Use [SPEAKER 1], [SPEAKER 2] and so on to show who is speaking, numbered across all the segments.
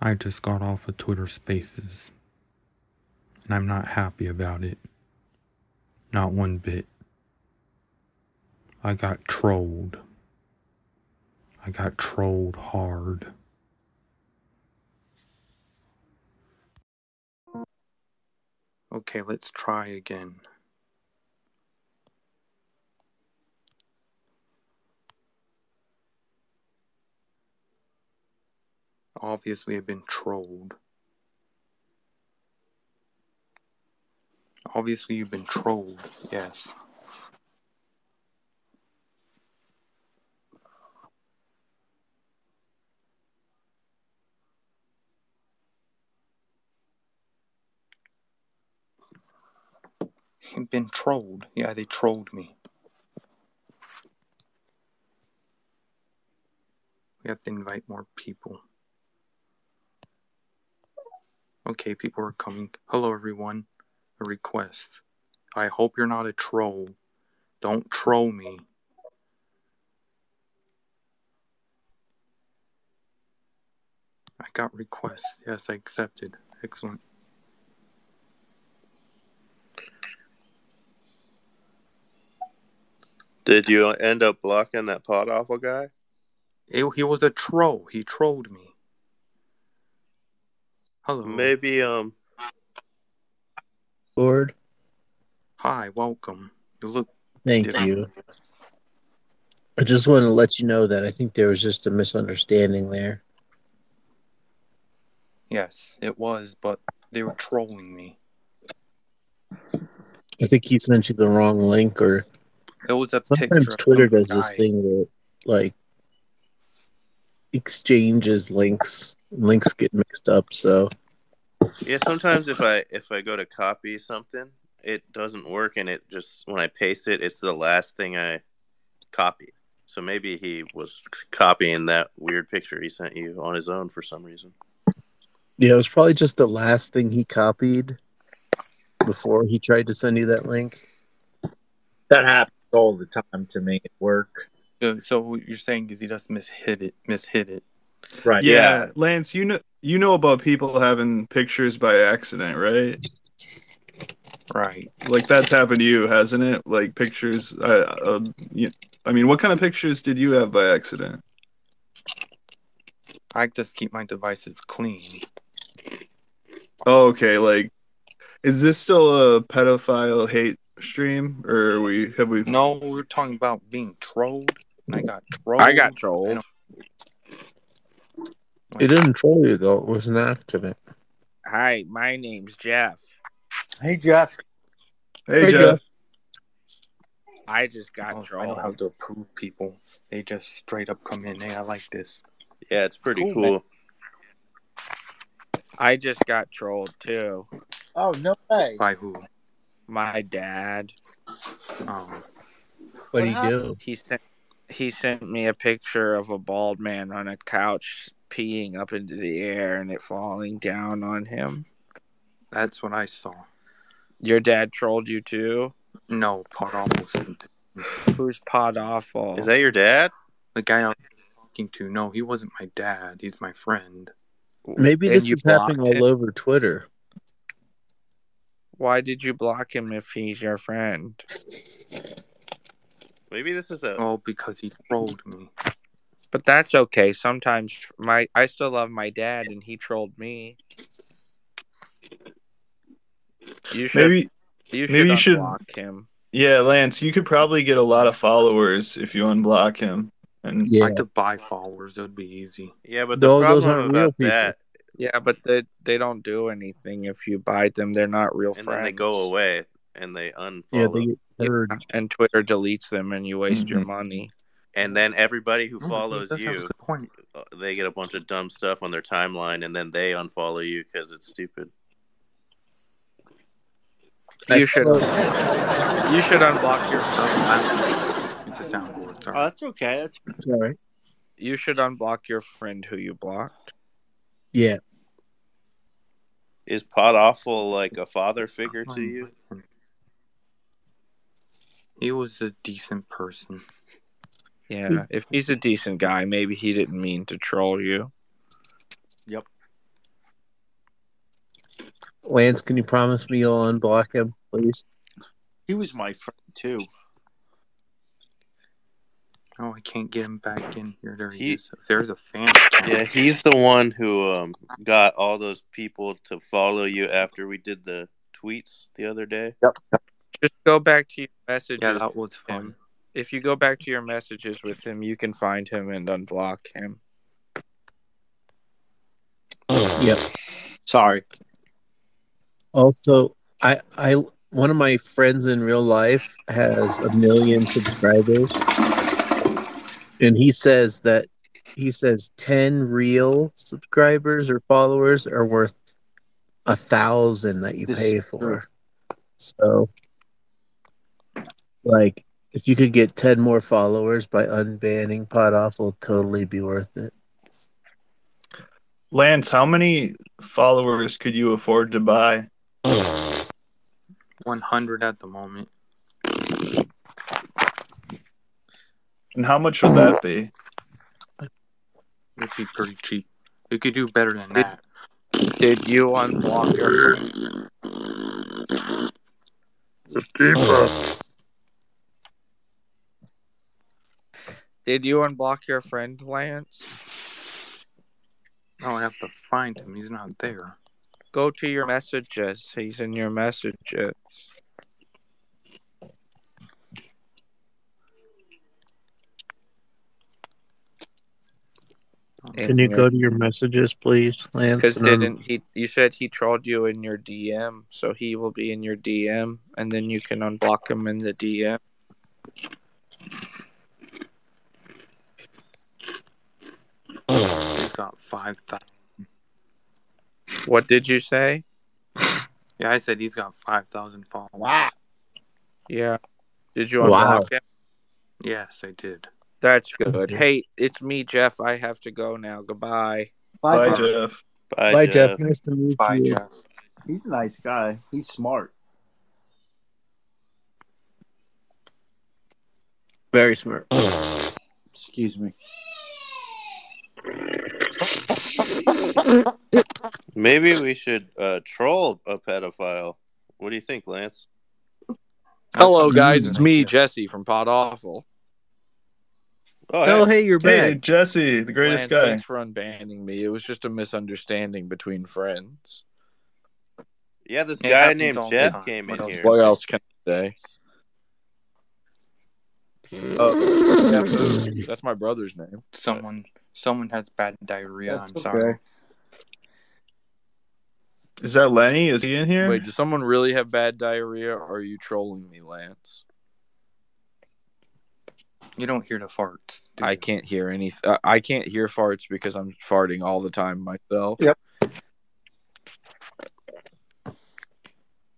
[SPEAKER 1] I just got off of Twitter Spaces, and I'm not happy about it. Not one bit. I got trolled. I got trolled hard. Okay, let's try again. Obviously, I've been trolled. Obviously, you've been trolled, yes. I've been trolled. Yeah, they trolled me. We have to invite more people. Okay, people are coming. Hello, everyone. A request. I hope you're not a troll. Don't troll me. I got requests. Yes, I accepted. Excellent.
[SPEAKER 2] Did you end up blocking that pot awful guy?
[SPEAKER 1] Ew, he was a troll. He trolled me. Hello.
[SPEAKER 2] Maybe um
[SPEAKER 3] Lord,
[SPEAKER 1] Hi, welcome. You look.
[SPEAKER 3] thank
[SPEAKER 1] Yeah.
[SPEAKER 3] you. I just want to let you know that I think there was just a misunderstanding there.
[SPEAKER 1] Yes, it was, but they were trolling me.
[SPEAKER 3] I think he sent you the wrong link, or
[SPEAKER 1] It was a picture.
[SPEAKER 3] sometimes
[SPEAKER 1] of
[SPEAKER 3] Twitter
[SPEAKER 1] some
[SPEAKER 3] does this
[SPEAKER 1] guy.
[SPEAKER 3] thing that like exchanges links, links get mixed up. So
[SPEAKER 2] yeah, sometimes if I if I go to copy something, it doesn't work and it just when I paste it, it's the last thing I copy. So maybe he was copying that weird picture he sent you on his own for some reason.
[SPEAKER 3] yeah, it was probably just the last thing he copied before he tried to send you that link.
[SPEAKER 4] That happens all the time to me at work.
[SPEAKER 1] So, so what you're saying is he just mishit it, mishit it.
[SPEAKER 5] Uh,
[SPEAKER 4] Right.
[SPEAKER 6] Yeah, Lance, you know you know about people having pictures by accident, right?
[SPEAKER 1] Right.
[SPEAKER 6] Like that's happened to you, hasn't it? Like pictures. Uh, uh, you, I mean, what kind of pictures did you have by accident?
[SPEAKER 1] I just keep my devices clean.
[SPEAKER 6] Oh, okay. Like, is this still a pedophile hate stream, or are we have we?
[SPEAKER 1] No, we were talking about being trolled, and I got trolled.
[SPEAKER 4] I got trolled.
[SPEAKER 3] He didn't troll you though; it was an accident.
[SPEAKER 7] Hi, my name's Jeff.
[SPEAKER 4] Hey Jeff.
[SPEAKER 6] Hey,
[SPEAKER 3] Hey,
[SPEAKER 6] Jeff.
[SPEAKER 7] I just got
[SPEAKER 1] Oh, I
[SPEAKER 7] trolled.
[SPEAKER 1] know how to approve people. They just straight up come in. Hey, I like this.
[SPEAKER 2] Yeah, it's pretty
[SPEAKER 1] Cool,
[SPEAKER 2] cool.
[SPEAKER 1] man.
[SPEAKER 7] I just got trolled too.
[SPEAKER 4] Oh no way.
[SPEAKER 1] By who?
[SPEAKER 7] My dad.
[SPEAKER 1] Oh,
[SPEAKER 3] What do
[SPEAKER 4] What
[SPEAKER 3] you do?
[SPEAKER 7] He sent he sent me a picture of a bald man on a couch peeing up into the air and it falling down on him.
[SPEAKER 1] that's what I saw.
[SPEAKER 7] Your dad trolled you too?
[SPEAKER 1] No, pot almost.
[SPEAKER 7] Who's pot awful?
[SPEAKER 2] Is that your dad?
[SPEAKER 1] The guy I was talking to, no, he wasn't my dad. He's my friend.
[SPEAKER 3] Maybe
[SPEAKER 7] And
[SPEAKER 3] this
[SPEAKER 7] you
[SPEAKER 3] is happening
[SPEAKER 7] blocked him?
[SPEAKER 3] all over Twitter.
[SPEAKER 7] Why did you block him if he's your friend?
[SPEAKER 2] Maybe this is a
[SPEAKER 1] Oh, because he trolled me.
[SPEAKER 7] But that's okay. Sometimes my I still love my dad and he trolled me. You should
[SPEAKER 6] Maybe.
[SPEAKER 7] you should
[SPEAKER 6] maybe you should-
[SPEAKER 7] unblock him.
[SPEAKER 6] Yeah, Lance, you could probably get a lot of followers if you unblock him. And
[SPEAKER 3] Yeah,
[SPEAKER 1] I could buy followers. It would be easy.
[SPEAKER 2] yeah, but the
[SPEAKER 3] No, those
[SPEAKER 2] problem
[SPEAKER 3] aren't real
[SPEAKER 2] about
[SPEAKER 3] people.
[SPEAKER 2] that
[SPEAKER 7] Yeah, but they they don't do anything if you bite them. They're not real
[SPEAKER 2] and
[SPEAKER 7] friends.
[SPEAKER 2] then they go away and they unfollow.
[SPEAKER 3] yeah, they get heard.
[SPEAKER 7] And Twitter deletes them, and you waste your
[SPEAKER 6] Mhm.
[SPEAKER 7] money.
[SPEAKER 2] And then everybody who
[SPEAKER 1] No,
[SPEAKER 2] follows
[SPEAKER 1] that's not a
[SPEAKER 2] you,
[SPEAKER 1] good point.
[SPEAKER 2] uh, they get a bunch of dumb stuff on their timeline, and then they unfollow you because it's stupid.
[SPEAKER 7] You should you should unblock your friend.
[SPEAKER 1] It's a soundboard.
[SPEAKER 4] Oh,
[SPEAKER 1] Sorry.
[SPEAKER 4] that's okay. That's
[SPEAKER 3] Sorry.
[SPEAKER 7] You should unblock your friend who you blocked.
[SPEAKER 3] Yeah.
[SPEAKER 2] Is Pot Awful like a father figure to you?
[SPEAKER 1] He was a decent person.
[SPEAKER 7] Hmm. Yeah, if he's a decent guy, maybe he didn't mean to troll you.
[SPEAKER 3] Lance, can you promise me you'll unblock him, please?
[SPEAKER 5] He was my friend too.
[SPEAKER 1] No, Oh, I can't get him back in here. There he,
[SPEAKER 2] He-
[SPEAKER 1] is. There's a fan.
[SPEAKER 2] Yeah, he's the one who um, got all those people to follow you after we did the tweets the other day.
[SPEAKER 7] Just go back to your messages.
[SPEAKER 1] Yeah, that was fun.
[SPEAKER 7] If you go back to your messages with him, you can find him and unblock him.
[SPEAKER 3] Yep.
[SPEAKER 5] Sorry.
[SPEAKER 3] Also, I I one of my friends in real life has a million subscribers, and he says that he says ten real subscribers or followers are worth a thousand that you
[SPEAKER 5] This
[SPEAKER 3] pay
[SPEAKER 5] is true.
[SPEAKER 3] for. So, like, if you could get ten more followers by unbanning Pot Off, will totally be worth it.
[SPEAKER 6] Lance, how many followers could you afford to buy?
[SPEAKER 1] 100 at the moment.
[SPEAKER 6] And how much would that be?
[SPEAKER 1] It'd be pretty cheap. You could do better than that.
[SPEAKER 7] Did you unblock him? Did you unblock your friend, Lance?
[SPEAKER 1] No, I have to find him. He's not there.
[SPEAKER 7] Go to your messages. He's in your messages.
[SPEAKER 1] Oh,
[SPEAKER 3] Can you go to your messages, please, Lance?
[SPEAKER 7] Because
[SPEAKER 3] And I'm-
[SPEAKER 7] didn't he? You said he trolled you in your DM, so he will be in your DM, and then you can unblock him in the DM.
[SPEAKER 1] He's got 5,000.
[SPEAKER 7] What did you say?
[SPEAKER 1] Yeah, I said he's got 5,000 followers.
[SPEAKER 5] Wow.
[SPEAKER 7] Yeah. Did you unblock
[SPEAKER 3] Wow.
[SPEAKER 7] him?
[SPEAKER 1] Yes, I did.
[SPEAKER 7] That's good. Hey, it's me, Jeff. I have to go now. Goodbye.
[SPEAKER 6] Bye,
[SPEAKER 5] Bye, Jeff.
[SPEAKER 6] Jeff.
[SPEAKER 2] Bye,
[SPEAKER 3] Bye,
[SPEAKER 2] Jeff.
[SPEAKER 3] Jeff. Nice to meet
[SPEAKER 1] Bye,
[SPEAKER 3] you.
[SPEAKER 1] Jeff.
[SPEAKER 5] He's a nice guy. He's smart.
[SPEAKER 3] Very smart.
[SPEAKER 5] Excuse me.
[SPEAKER 2] Maybe we should uh, troll a pedophile. What do you think, Lance?
[SPEAKER 7] Hello,
[SPEAKER 1] That's
[SPEAKER 7] guys.
[SPEAKER 1] amazing.
[SPEAKER 7] It's me, Jesse from Pod Awful.
[SPEAKER 2] Oh,
[SPEAKER 3] Oh,
[SPEAKER 2] hey.
[SPEAKER 3] hey, you're
[SPEAKER 6] Hey,
[SPEAKER 3] back.
[SPEAKER 6] Jesse, the greatest
[SPEAKER 7] Lance, Thanks for unbanning me. It was just a misunderstanding between friends.
[SPEAKER 2] yeah, this
[SPEAKER 1] It
[SPEAKER 2] guy
[SPEAKER 1] happens
[SPEAKER 2] named
[SPEAKER 1] all the
[SPEAKER 2] Jeff
[SPEAKER 1] time.
[SPEAKER 2] came
[SPEAKER 1] What
[SPEAKER 2] in
[SPEAKER 1] else?
[SPEAKER 2] here.
[SPEAKER 7] What else can I say?
[SPEAKER 6] guy. Oh,
[SPEAKER 7] Jeff, that's my brother's name.
[SPEAKER 1] Someone, someone has bad diarrhea.
[SPEAKER 5] That's
[SPEAKER 1] I'm sorry.
[SPEAKER 5] okay.
[SPEAKER 6] is that Lenny? Is he in here?
[SPEAKER 7] Wait, does someone really have bad diarrhea, or are you trolling me, Lance?
[SPEAKER 1] You don't hear the farts. do
[SPEAKER 7] I
[SPEAKER 1] you?
[SPEAKER 7] can't hear anything. I can't hear farts because I'm farting all the time myself.
[SPEAKER 5] Yep.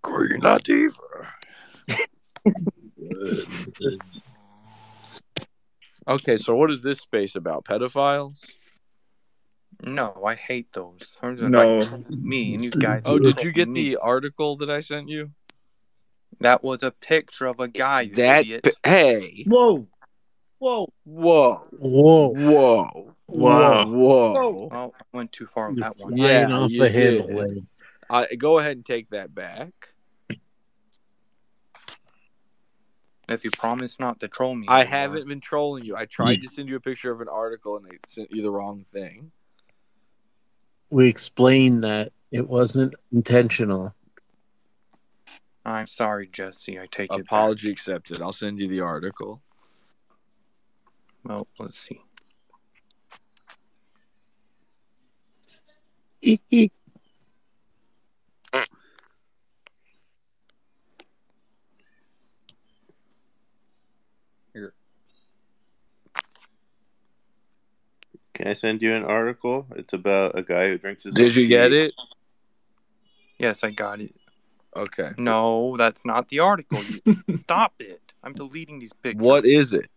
[SPEAKER 7] Green Latifah. okay, so what is this space about? Pedophiles?
[SPEAKER 1] No, I hate those. Those are
[SPEAKER 6] no.
[SPEAKER 1] like me and you guys.
[SPEAKER 7] Oh, did you
[SPEAKER 1] troll
[SPEAKER 7] get
[SPEAKER 1] me.
[SPEAKER 7] the article that I sent you?
[SPEAKER 1] That was a picture of a guy. You
[SPEAKER 7] That
[SPEAKER 1] idiot.
[SPEAKER 7] pi- hey,
[SPEAKER 5] Whoa. Whoa.
[SPEAKER 7] whoa,
[SPEAKER 3] Whoa.
[SPEAKER 7] whoa,
[SPEAKER 6] Wow.
[SPEAKER 7] whoa!
[SPEAKER 1] well, I went too far with that one.
[SPEAKER 7] Yeah,
[SPEAKER 3] Flying off
[SPEAKER 7] you
[SPEAKER 3] the handle,
[SPEAKER 7] did.
[SPEAKER 3] Lane.
[SPEAKER 7] I go ahead and take that back.
[SPEAKER 1] If you promise not to troll me,
[SPEAKER 7] I
[SPEAKER 1] anymore.
[SPEAKER 7] haven't been trolling you. I tried to send you a picture of an article and I sent you the wrong thing.
[SPEAKER 3] We explained that it wasn't intentional.
[SPEAKER 1] I'm sorry, Jesse. I take
[SPEAKER 7] Apology accepted. I'll send you the article.
[SPEAKER 1] it. Apology. Well, let's see.
[SPEAKER 3] Eek.
[SPEAKER 2] Can I send you an article? It's about a guy who drinks his.
[SPEAKER 7] Did you get it?
[SPEAKER 1] Yes, I got it.
[SPEAKER 7] Okay.
[SPEAKER 1] No, that's not the article. You- Stop it. I'm deleting these pictures.
[SPEAKER 7] What is it?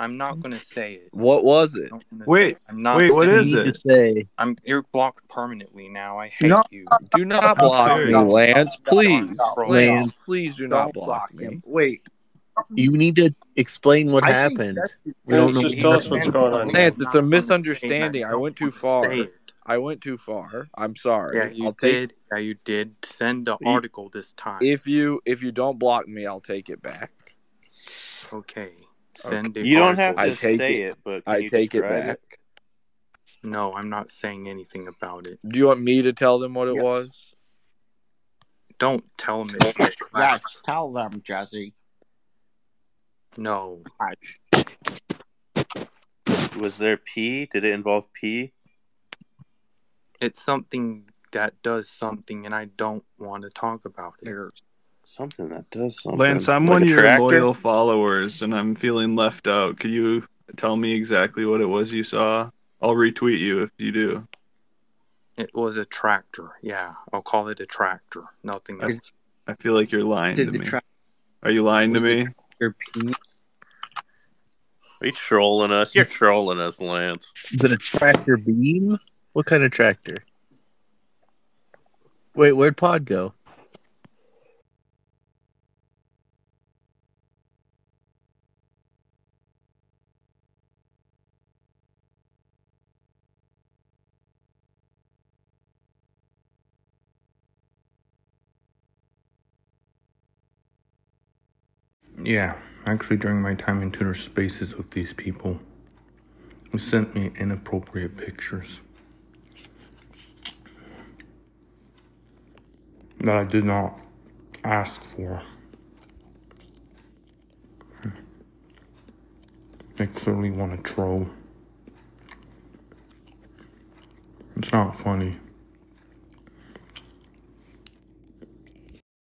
[SPEAKER 1] I'm not gonna say it.
[SPEAKER 7] What was
[SPEAKER 1] I
[SPEAKER 7] it?
[SPEAKER 1] don't wanna
[SPEAKER 6] Wait,
[SPEAKER 1] say it. I'm not.
[SPEAKER 6] wait, what
[SPEAKER 1] saying
[SPEAKER 6] is
[SPEAKER 3] You
[SPEAKER 6] it?
[SPEAKER 3] need to say,
[SPEAKER 1] I'm you're blocked permanently now. I hate
[SPEAKER 6] No.
[SPEAKER 1] you.
[SPEAKER 7] Do not block me,
[SPEAKER 6] Stop,
[SPEAKER 7] Lance. Please.
[SPEAKER 1] stop, stop.
[SPEAKER 7] Lance, please do
[SPEAKER 5] Don't
[SPEAKER 7] not block me.
[SPEAKER 5] him. Wait.
[SPEAKER 3] you need to explain what happened. We don't know.
[SPEAKER 8] Just tell us what's going on.
[SPEAKER 7] Lance, it's a
[SPEAKER 1] I'm not gonna say it.
[SPEAKER 7] misunderstanding.
[SPEAKER 1] I
[SPEAKER 7] I
[SPEAKER 1] don't
[SPEAKER 7] went too
[SPEAKER 1] wanna
[SPEAKER 7] far.
[SPEAKER 1] say it.
[SPEAKER 7] I went too far. I'm sorry.
[SPEAKER 1] Yeah, you
[SPEAKER 7] I'll take
[SPEAKER 1] did. yeah, you did send the
[SPEAKER 7] You-
[SPEAKER 1] article this time.
[SPEAKER 7] if you if you don't block me, I'll take it back.
[SPEAKER 1] okay, send the
[SPEAKER 2] You don't have
[SPEAKER 1] article.
[SPEAKER 7] I
[SPEAKER 2] to
[SPEAKER 7] take
[SPEAKER 2] say
[SPEAKER 7] it.
[SPEAKER 2] it, but can
[SPEAKER 7] I
[SPEAKER 2] you
[SPEAKER 7] take it
[SPEAKER 2] describe
[SPEAKER 7] back.
[SPEAKER 1] No, I'm not saying anything about it.
[SPEAKER 7] Do you want me to tell them what it was?
[SPEAKER 1] Don't tell me. it's crap.
[SPEAKER 5] Yes, tell them, Jesse.
[SPEAKER 1] No,
[SPEAKER 2] Was there pee? Did it involve pee?
[SPEAKER 1] it's something that does something, and I don't want to talk about it.
[SPEAKER 2] Something that does something.
[SPEAKER 6] Lance, I'm one
[SPEAKER 2] a
[SPEAKER 6] of your
[SPEAKER 2] tractor?
[SPEAKER 6] loyal followers, and I'm feeling left out. Could you tell me exactly what it was you saw? I'll retweet you if you do.
[SPEAKER 1] It was a tractor. Yeah, I'll call it a tractor. Nothing
[SPEAKER 6] Okay.
[SPEAKER 1] else.
[SPEAKER 6] I feel like you're lying
[SPEAKER 4] Did
[SPEAKER 6] to
[SPEAKER 4] the
[SPEAKER 6] me.
[SPEAKER 4] tra-
[SPEAKER 6] Are you lying to
[SPEAKER 4] was the-
[SPEAKER 6] me?
[SPEAKER 4] Your pee?
[SPEAKER 2] Are you trolling us? You're trolling us, Lance.
[SPEAKER 3] Did a tractor beam? What kind of tractor? Wait, where'd Pod go?
[SPEAKER 1] Yeah, actually, during my time in Twitter spaces with these people, who sent me inappropriate pictures that I did not ask for. They clearly want to troll. It's not funny.